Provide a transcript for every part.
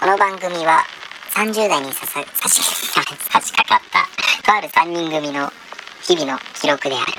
この番組は30代にささ差し差し掛かったとある3人組の日々の記録である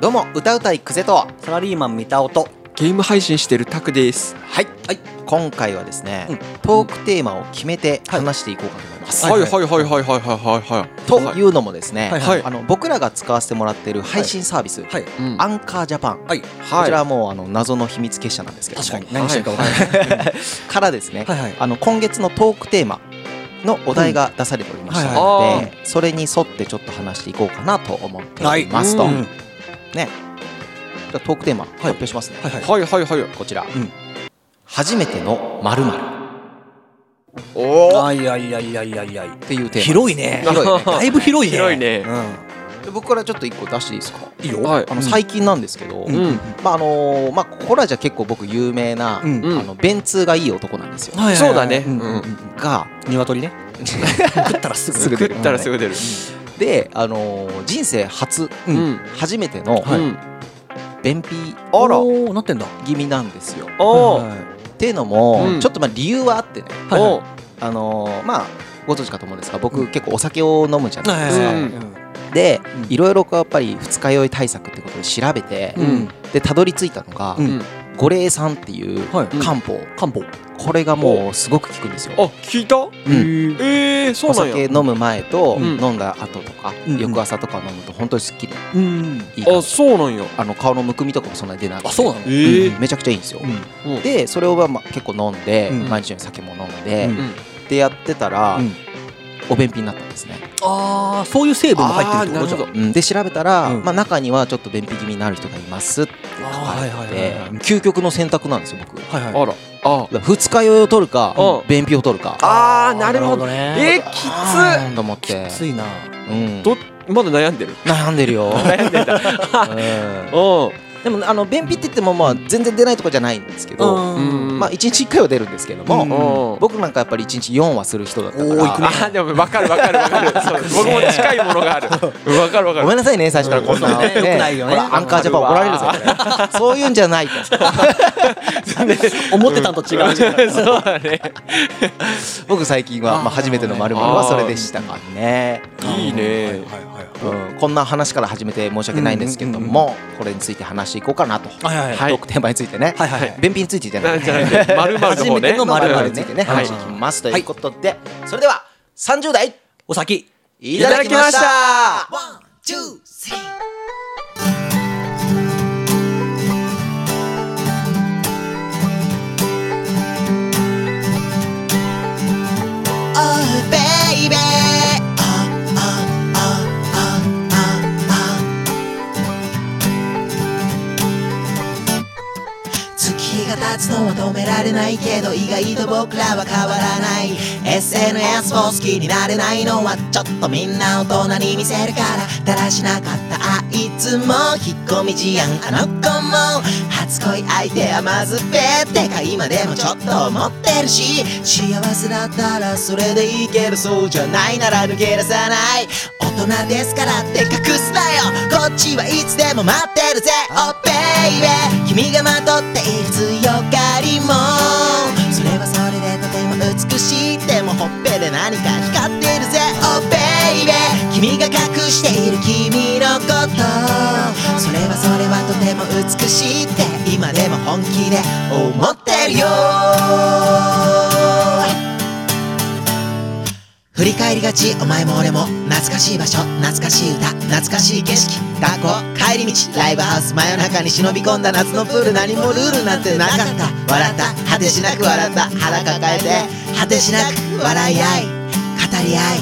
どうも歌うたいクゼとサラリーマン三田音ゲーム配信してるタクです。はい、はい、今回はですね、うんトークテーマを決めて話していこうかと思います、はいはいはいはいはいはいはというのもですね、はいはいあの僕らが使わせてもらってる配信サービス、はいい。うんアンカージャパン、はいこちらはもうあの謎の秘密結社なんですけども確かに何してるか分からない からですね、はいはいあの今月のトークテーマのお題が出されておりましたので、うんはいはいそれに沿ってちょっと話していこうかなと思っておりますと、はいうんねじゃあトークテーマ発表しますね、はいはいはいはいはい。こちら、ん初めてのまるまおお。あいやいやいやいやいやるっていうテーマ広いね広いねだいぶ広いね広いねで僕からちょっと一個出していいですかうんいいよはいあの最近なんですけど、うんうんまああのーまあここらじゃ結構僕有名な、うんあの便通がいい男なんですよ、はいはいはいそうだねんんんうんが 鶏ね食ったらすぐすぐ食ったらすぐ出る。で、あのー人生初、ううん。初めてのはいうん。便秘あら。おーなってんだ気味なんですよ。おはーいはいっていうのも、うんちょっとまあ理由はあってね、はいおー。あのーまあご存知かと思うんですが僕、うん結構お酒を飲むじゃないですか。はいはいはいうんでうんいろいろこうやっぱり二日酔い対策ってことで調べて、うんうんでたどり着いたのが、うん五苓散っていうはい漢方、漢方これがもうすごく効くんですよ。あ聞いた？うんええそおうなん酒や。飲む前と、うん飲んだ後とか、うん翌朝とか飲むと本当にすっきりうんいい感あじそうなんや。あの顔のむくみとかもそんなに出なくてあそうなのええうん。めちゃくちゃいいんですよ、うんでそれをまあまあ結構飲んで、うん毎日のように酒も飲んで、うっんてやってたら、うんお便秘になったんですね、ああそういう成分も入ってるってことじゃんあーなるほどうんで調べたら、うんまあ、中にはちょっと便秘気味になる人がいますって書かれてて、あーはいはいはいはい究極の選択なんですよ僕はいはいあら。あ。二日酔いを取るか、うん便秘を取るかあーなるほど。えねーきつ。あーと思ってきついなうん、どまだ悩んでる。 悩んでるよ、悩んでた。うんうん。でもあの便秘って言ってもまあ全然出ないとかじゃないんですけど、うんまあ、1日1回は出るんですけども、うんうん。僕なんかやっぱり1日4はする人だったからおー行くねあでも分かる分かる分か るそう僕も近いもの がある分かる分かごめるんなさいね最初からこんな、うんそうね良くないよねほらアンカージャパン怒られるぞこれそういうんじゃないと 思ってたんと 違うじゃんそうだね僕最近は、まあ、初めての○○はそれでしたかね、いいねはいはいはいうん、こんな話から始めて申し訳ないんですけども、これについて話していこうかなと、はいはいはいトークテーマについてね、はいはいはい便秘についてじゃなないんじゃな くて丸々の初め方てねのま〇る〇についてね、は話いしていきますということで、それでは30代お先いただきましたいただきワンツースリー月が経つのは止められないけど意外と僕らは変わらない SNS を好きになれないのはちょっとみんな大人に見せるからだらしなかったあいつも引っ込み思案あの子も初恋相手はまずべってか今でもちょっと思ってるし幸せだったらそれでいいけどそうじゃないなら抜け出さない大人ですからって隠すなよこっちはいつでも待ってるぜ Oh baby 君がまとっている強がりもそれはそれでとても美しいでもほっぺで何か光ってるぜ Oh baby 君が隠している君のことそれはそれはとても美しいって今でも本気で思ってるよ振り返りがちお前も俺も懐かしい場所懐かしい歌懐かしい景色学校帰り道ライブハウス真夜中に忍び込んだ夏のプール何もルールなんてなかった笑った果てしなく笑った腹抱えて果てしなく笑い合い語り合い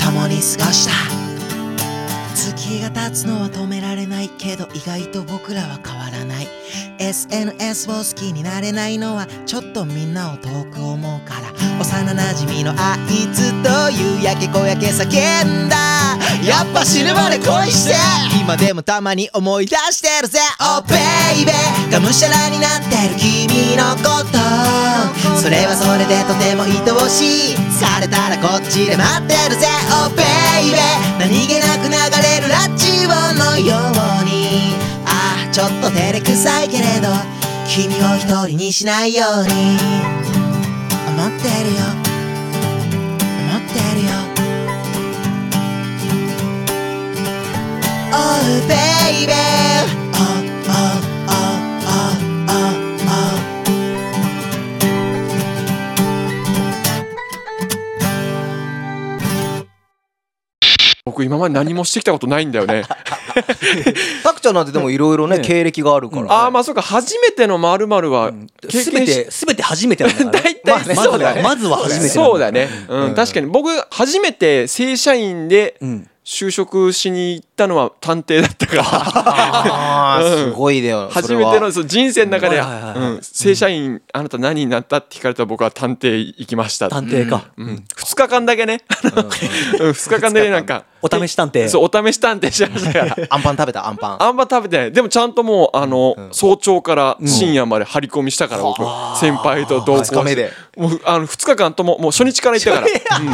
共に過ごした月が経つのは止められないけど意外と僕らは変わらない SNS を好きになれないのはちょっとみんなを遠く思うから幼なじみのあいつと夕焼け小焼け叫んだやっぱ死ぬまで恋して今でもたまに思い出してるぜ Oh baby がむしゃらになってる君のことそれはそれでとても愛おしいされたらこっちで待ってるぜ Oh baby 何気なく流れるラジオのようにああちょっと照れくさいけれど君を一人にしないように思ってるよ思ってるよ Oh baby Oh oh oh oh oh oh 僕今まで何もしてきたことないんだよねタクちゃんなんてでもいろいろねね経歴があるからああまあそうか初めてのまるは経す験べ、してすべて初めてなんだからね。 大体まずそうだねまずは初めてなんだ。そうだね、うん確かに僕初めて正社員でん就職しに行ったのは探偵だった からあーうすんごいだよそ初れめはてのそう人生の中で、はいはいはいはいうん正社員、あなた何になったって聞かれたら僕は探偵行きました探偵か。うん、2日間だけね、 うん、2日間だけなんかお試し探偵。そうお試し探偵しましたからアンパン食べたアンパンあんま食べてないでもちゃんともうあの、早朝から深夜まで張り込みしたから、僕先輩と同行して二日目でもうあの2日間とももう初日から行ったから、うん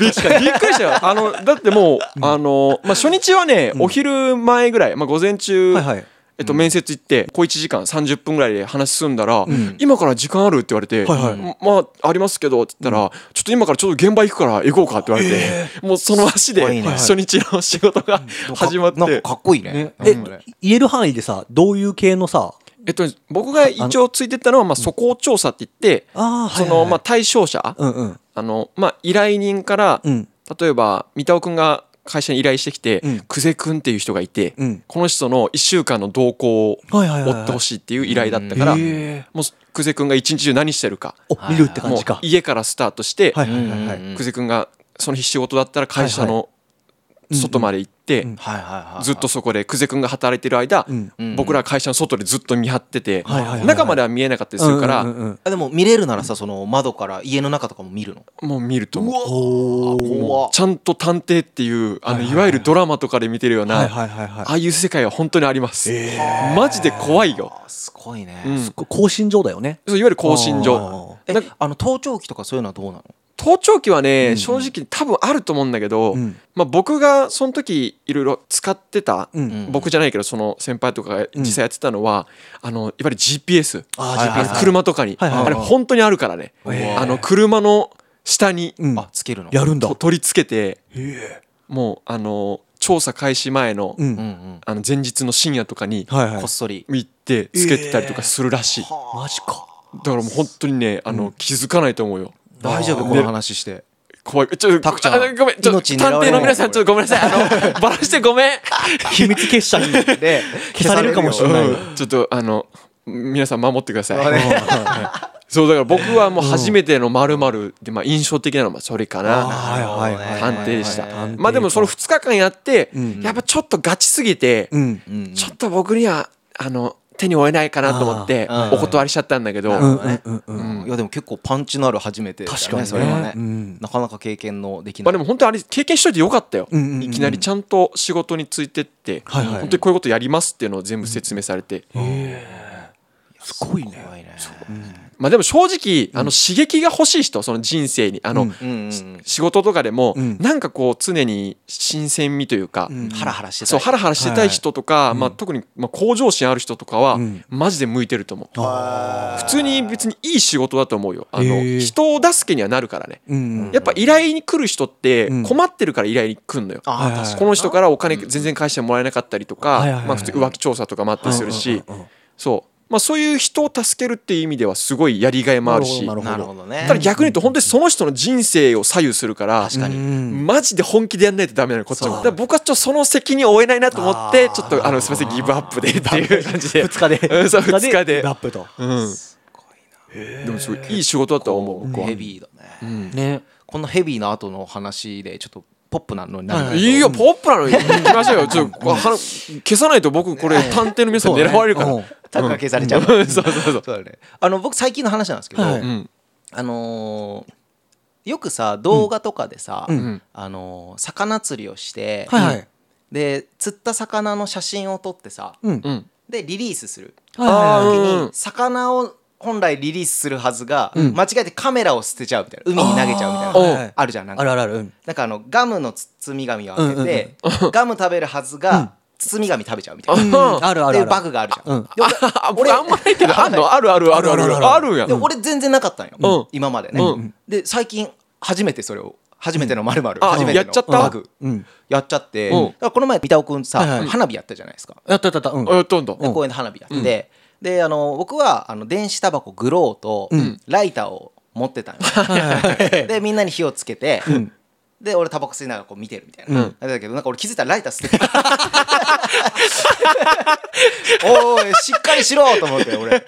びっくりびっくりしたよあのだってもう、あの、まあ、初日はね、お昼前ぐらい、まあ、午前中、はいはいえっと、面接行って小1時間30分ぐらいで話進んだら「今から時間ある?」って言われて「はいはいままあありますけど」って言ったら、ちょっと今からちょっと現場行くから行こうか」って言われて、もうその足でごいね初日の仕事が始まっなんかてかっこいいねえなんかね、言える範囲でさ、どういう系のさ、えっと、僕が一応ついてったのは、まあ、素行調査って言って、ああその、まあ、対象者、うんうん。あの、まあ、依頼人から、うん例えば、三田尾くんが会社に依頼してきてうん、久世くんっていう人がいてうん、この人の1週間の動向をはいはいはい追はいってほしいっていう依頼だったから、もうへ久世くんが一日中何してるか、お、見るって感もうじか。家からスタートして、はいはいはいはうい。ん久世くんがその日仕事だったら会社の外まで行っはいて、はいはいずっとそこで久世君が働いてる間、うんうん僕ら会社の外でずっと見張ってて、はいはいはい中までは見えなかったりするから、うんうんうんあでも見れるならさその窓から家の中とかも見るのもう見るともうおー怖っちゃんと探偵っていうあのいわゆるドラマとかで見てるような、はいはいはいはいああいう世界は本当にあります、マジで怖いよ、あすごいねうんすっごい更新状だよね。そういわゆる更新所えなんかあの盗聴器とかそういうのはどうなの盗聴器はね、正直多分あると思うんだけど、んまあ、僕がその時いろいろ使ってた、うんん僕じゃないけどその先輩とかが実際やってたのは、あのいわゆる GPS あはいはいあはいの車とかに、はいはいはいあれ本当にあるからね、へーあの車の下に、うんあつけるのやるんだと。取り付けてもうあの調査開始前の,、うんうんうんあの前日の深夜とかにはいはいこっ。そり行ってつけてたりとかするらしい、マ ジか。だからもう本当にねあの、気づかないと思うよ大丈夫この話して怖いちょっと拓ちゃんあごめんちょっと命探狙われ偵るの皆さんちょっとごめんなさいあのバラしてごめん、秘密結 社に。で 消されるかもしれないようんちょっとあの皆さん守ってください、あれそうだから僕はもう初めてのまるでまあ印象的なのはそれかな、はいはいはい。探偵でした、はいはいはいまあでもその2日間やって、んやっぱちょっとガチすぎて、うん。うんちょっと僕にはあの手に負えないかなと思ってあーうんお断りしちゃったんだけど、うんうんうんうん。うんいやでも結構パンチのある初めてだね確かにねそれはねうんなかなか経験のできまなあ、いでも本当あれ経験しといてよかったよ、うんうんうんいきなりちゃんと仕事についてって、はいはい本当にこういうことやりますっていうのを全部説明されて、すごいね。怖いねまあでも正直あの刺激が欲しい人その人生にあの、うんうんうん仕事とかでも、うんなんかこう常に新鮮味というか、うんハラハラしてたそうハラハラしてたい人とか、いまあ、特に、まあ、向上心ある人とかは、うんマジで向いてると思うあ普通に別にいい仕事だと思うよあへのー人を助けにはなるからねーうんうん。やっぱ依頼に来る人ってうん困ってるから依頼に来るのよ、あはいーはい確かこの人からお金全然返してもらえなかったりとか、はいはいはいまあ、普通浮気調査とかもあったりするし、うんうんうんうんそうまあ、そういう人を助けるっていう意味ではすごいやりがいもあるしなるにほなるほどねただ逆に言うと本当にその人の人生を左右するから確かにうんマジで本気でやんないとダメなのこっちもそうだから僕はちょっとその責任を負えないなと思ってちょっとあのすみませんギブアップでっていう感じで二日で。うんそう二日でラップと。うんでもすごいいい仕事だとは思う僕はヘビーだねね。こんなヘビーな後の話でちょっとポップなのになるはいいよポップなのに行きましょうよちょっとこれ花消さないと僕これ探偵の皆さん狙われるから、うんタグが消されちゃうそうそうそ うそうだねあの僕最近の話なんですけどはいうんあのーよくさ動画とかでさうんうんあのー魚釣りをしてはいはいで釣った魚の写真を撮ってさうんうんでリリースするあ時ーうんに魚を本来リリースするはずがうん間違えてカメラを捨てちゃうみたいな海に投げちゃうみたいなあーおうはいあるじゃんなんかあるあるあるうんなんかあのガムの包み紙を開けてガム食べるはずうんが包み紙食べちゃうみたいなうんあるあっるてあいうるバグがあるじゃんうんで俺あ俺あんまないけどあんのあるあるあるあるあるあるあるやんで俺全然なかったんよ、うん今までね、うんで最近初めてそれを初めてのまるまるあ初めてやっちゃっのたバグうんやっちゃって、うんだからこの前三田尾君さ、はいはい花火やったじゃないですか、やったやったやったうんあやったんだで公園で花火やって、であの僕はあの電子タバコグローとうんライターを持って たんよ、でみんなに火をつけて、で俺タバコ吸いながらこう見てるみたいな、うんだけどなんか俺気づいたらライター捨ててた おいおいしっかりしろと思って俺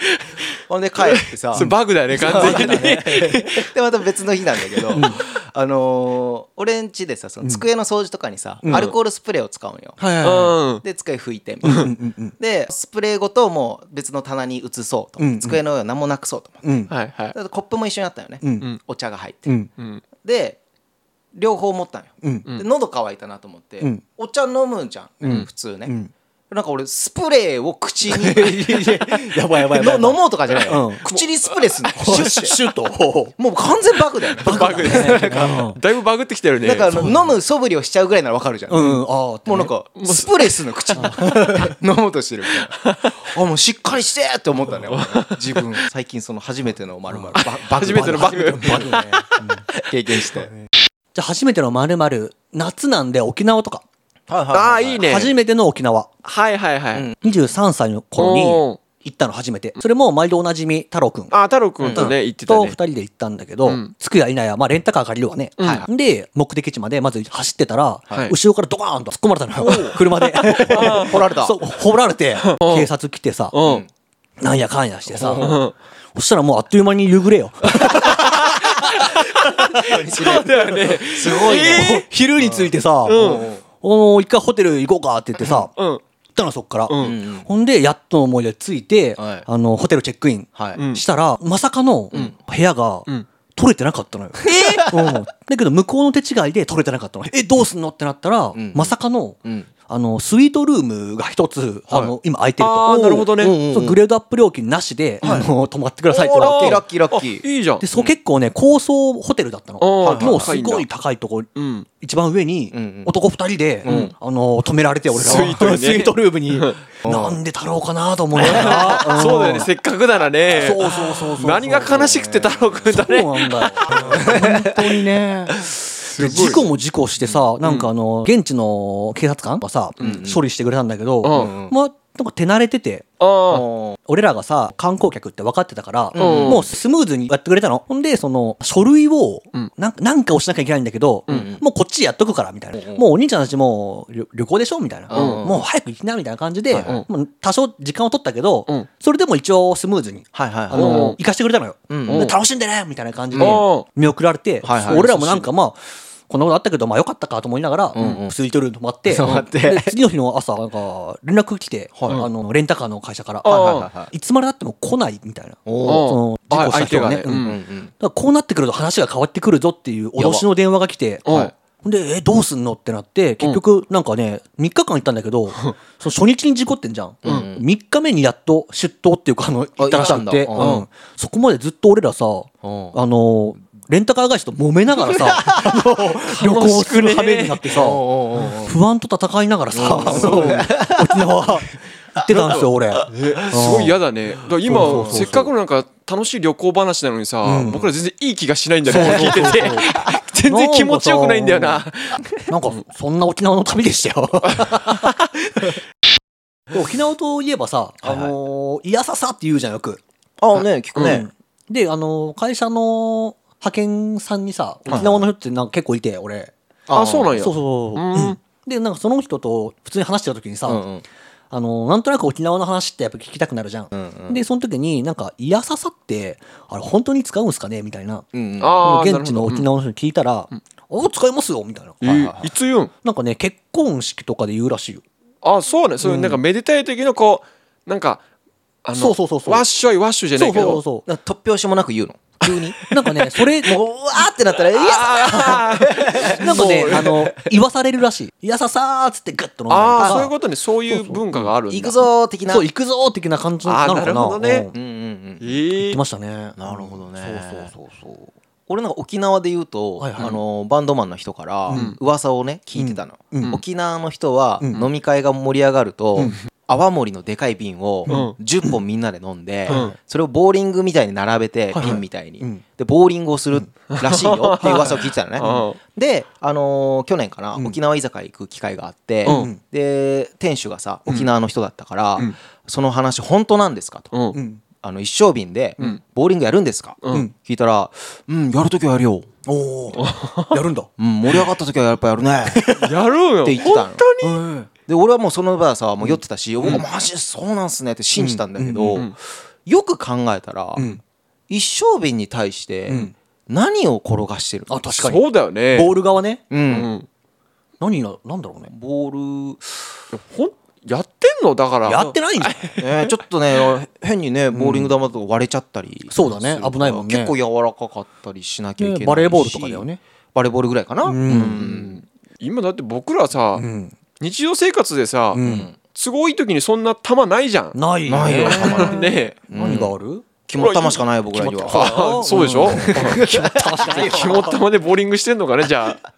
ほんで帰ってさそれバグだよね完全 にでまた別の日なんだけど、あのー俺ん家でさその机の掃除とかにさ、アルコールスプレーを使うんよ、はいはいはうで机拭いてみたいな、いうんうんでスプレーごともう別の棚に移そうと思って、うんうん机の上は何もなくそうと思ってうんんはいはいだからコップも一緒にあったよね、うんお茶が入って、うんうんで両方持ったんよ、 うんで喉乾いたなと思って、うんお茶飲むんじゃん、普通ね、うんなんか俺スプレーを口にやばいやばい飲もうとかじゃないよ、うん口にスプレーすんのシュッシュッシュッュ ともう完全バグだよねバグですだいぶバグってきてるねだからあの飲む素振りをしちゃうぐらいならわかるじゃん、うもんああってうなんかスプレーすんの口に 飲もうとしてるみたいなあもうしっかりしてって思ったね俺自分最近その初めてのまるまる初めてのバグバグね経験 してじゃあ初めてのまるまる夏なんで沖縄とかああいいね初めての沖縄はいはいはい23歳の頃におー行ったの初めてそれも毎度おなじみ太郎くんあ太郎くんとね言ってたとね2人で行ったんだけど、うん着くやいなや、まあ、レンタカー借りるわね、うで目的地までまず走ってたら、はい後ろからドカーンと突っ込まれたのよ車で掘られたそう 掘られて警察来てさうんなんやかんやしてさそしたらもうあっという間に夕暮れよそうだよねすごいね、昼に着いてさ、おー一回ホテル行こうかって言ってさ、うん行ったのそっから、んほんでやっとの思いで着いて、はいあのホテルチェックインはいんしたら、まさかの部屋が、ん取れてなかったのよ、うんだけど向こうの手違いで取れてなかったのえどうすんのってなったら、んまさかの,、んあのスイートルームが一つ、あの今空いてるとああなるほどねおうそうグレードアップ料金なしで、あの泊まってくださいって言わラッれキてーラッキーラッキーあいいじゃんでそう結構ね高層ホテルだったのおーもう高すいんだごい高いとこうん一番上に男二人で、あの止められて俺らはスイートにねスイートルームになんで太郎かなと思いなが らそうだよねせっかくならねそうそうそうそう何が悲しくて太郎くんだねそうなんだよ本当にねで事故も事故してさなんかあの現地の警察官がさ処理してくれたんだけどうんまあなんか手慣れててあ俺らがさ観光客って分かってたから、んもうスムーズにやってくれたのほんでその書類をんなんかなんかをしなきゃいけないんだけど、もうこっちでやっとくからみたいな、もうお兄ちゃんたちもう旅旅行でしょみたいな、うんもう早く行きなみたいな感じで、いもう多少時間を取ったけど、うんそれでも一応スムーズに、はいはいあはいのうん行かしてくれたのよ、んで楽しんでねみたいな感じでうん見送られて、はいはい俺らもなんかまあこんなことあったけどまあよかったかと思いながら、スイートルーム泊ま って泊まってで次の日の朝なんか連絡来て、あのレンタカーの会社から、はいはいはいはいつまでたっても来ないみたいなおそのあ事故した人がね相手うがねうんんうんうんだからこうなってくると話が変わってくるぞっていう脅しの電話が来てやばはいほんでえどうすんのってなって結局なんかね3日間行ったんだけどその初日に事故ってんじゃん3日目にやっと出頭っていうかあの行ったらしく行てったんだうんうんそこまでずっと俺らさあのーレンタカー会社と揉めながらさあの旅行する羽目になってさおうおうおう不安と戦いながらさ沖縄行ってたんですよ俺。すごい嫌だねだから今せっかくのなんか楽しい旅行話なのにさ、僕ら全然いい気がしないんだよね聞いてて 全然気持ちよくないんだよななんか、そんな沖縄の旅 でしたよ。沖縄といえばさ、あのー、いやささって言うじゃん、よく。ああね聞くうねんで、あのー、会社の派遣さんにさ、沖縄の人ってなんか結構いて、俺。あそうなんやそうそうそう。うんで、なんかその人と普通に話してた時にさ、うんうんあのー、なんとなく沖縄の話ってやっぱ聞きたくなるじゃん。で、その時になんか、いやささって、あれ本当に使うんすかねみたいな。うんうんあー現地のなるほど沖縄の人に聞いたら、あ使いますよみたいなえーいつ言うんなんかね結婚式とかで言うらしいよあそうねそういうなんかめでたい時のこうなんかあのそうそうそうそうワッショイワッショイじゃなそいうけどそうそうな突拍子もなく言うの急になんかねそ れもううわーってなったら「いやあーなんかねあの言わされるらしい「いやささ」っつってグッと飲んだりとあかーそういうことねそういう文化があるんだ行くぞ」的なそう行くぞー的な感じなのかなあーなるほどねうんうんうんえうん言っーてましたねなるほどねそうそうそうそう俺なんか沖縄で言うと、はいはいあのバンドマンの人から噂をね聞いてたの、うんうん沖縄の人はうん飲み会が盛り上がると、泡盛のでかい瓶を10本みんなで飲んで、うんそれをボーリングみたいに並べて、はいはい瓶みたいに、うんでボーリングをするらしいよっていう噂を聞いて たのねあで、あのー去年かな、ん沖縄居酒屋行く機会があって、うんで店主がさ沖縄の人だったから、んその話本当なんですかと、うんう、んあの一升瓶でんボーリングやるんですか、うん聞いたら「うんやるときはやるよ、お おやるんだうん、盛り上がったときはやっぱやるね」っやるよて言ってたの本当にで俺はもうその場はさもう酔ってたし「おマジそうなんすね」って信じたんだけど、よく考えたら、ん一升瓶に対してん何を転がしてるの、あ確かにそうだよねボール側ねうんうん何ななんだろうねボールほんやってんのだからやって ないんじゃんね、 ちょっとね変にねボーリング玉とか割れちゃったりそうだねするから危ないもんね結構柔らかかったりしなきゃいけないしねバレーボールとかだよねバレーボールぐらいかなうん、今だって僕らさ、ん日常生活でさ、ん都合いい時にそんな球ないじゃん。ないねないよたまにねえ。 何がある肝っ玉しかない僕ら には ああそうでしょ 肝玉でボーリングしてんのかねじゃあだか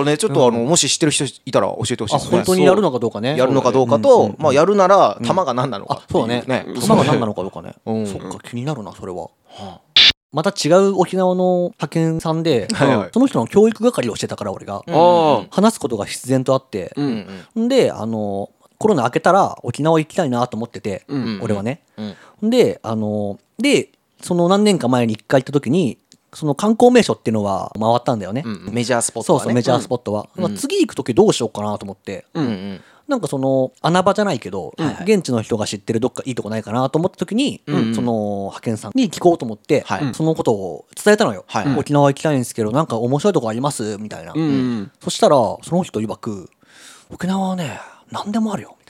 らねちょっとあのもし知ってる人いたら教えてほしいあですね本当にやるのかどうかねやるのかどうかと、まあ、やるなら玉が何なのかあっていそうだねね球が何なのかどうかねうんそっか気になるなそれはまた違う沖縄の派遣さんではいはいその人の教育係をしてたから俺がああ話すことが必然とあってうんうんうんんであのコロナ明けたら沖縄行きたいなと思っててうん俺はねうんであのでその何年か前に一回行った時にその観光名所っていうのは回ったんだよね、うんメジャースポットそうはねそうメジャースポットは、まあ次行く時どうしようかなと思って、うんうんなんかその穴場じゃないけど、現地の人が知ってるどっかいいとこないかなと思った時に、その派遣さんに聞こうと思って、はいそのことを伝えたのよ、はい沖縄行きたいんですけどなんか面白いとこありますみたいな、うんそしたらその人曰く沖縄はね何でもあるよみたいな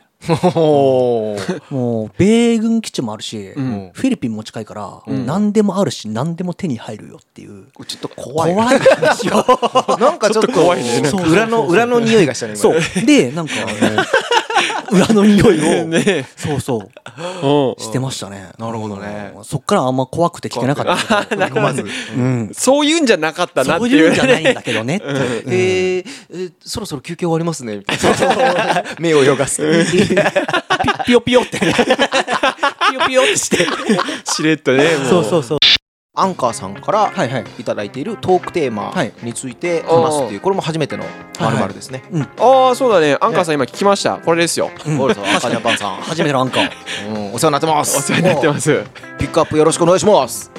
おーもう米軍基地もあるし、んフィリピンも近いから、何でもあるし何でも手に入るよっていうちょっと怖怖いい話をなんかちょっと怖いねなんか裏の裏の匂いがしたね今そうでなんかあの裏の匂いを、ねそうそううんしてましたねなるほどねうんそっからあんま怖くて聞けなかったけどまずうんそういうんじゃなかったなってそういいうんうじゃないんだけどねっていうえーえーそろそろ休憩終わり ますねみたいな目を泳がすピヨピヨってねピヨピヨってして しれっとねもうそうそうそう アンカーさんからはいはいいただいているトークテーマはいについて話すっていうこれも初めてのまるまるですね。ああそうだねアンカーさん今聞きましたこれですよオールさん、アンカージャパンさん、初めてのアンカーうんお世話になってます。お世話になってますはピックアップよろしくお願いします。い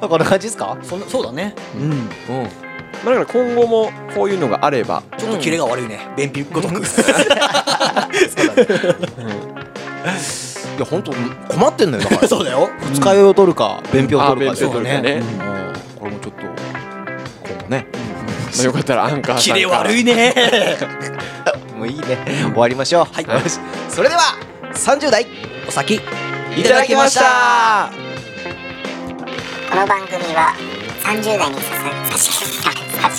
こんな感じですか？そんなそうだねうん。まあだから今後もこういうのがあればちょっとキレが悪いね便秘ごとくいや本当困ってんのよだ から。そうだよ使いを取るか便秘をあ取るーかで勉強とかねうんこれもちょっと今後ね。まあよかったらアンカーキさんレから悪いねもういいね。 終わりましょう。はい。それでは30代お先いただきました。この番組は30代にささ差し差し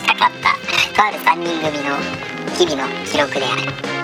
掛かったとある3人組の日々の記録である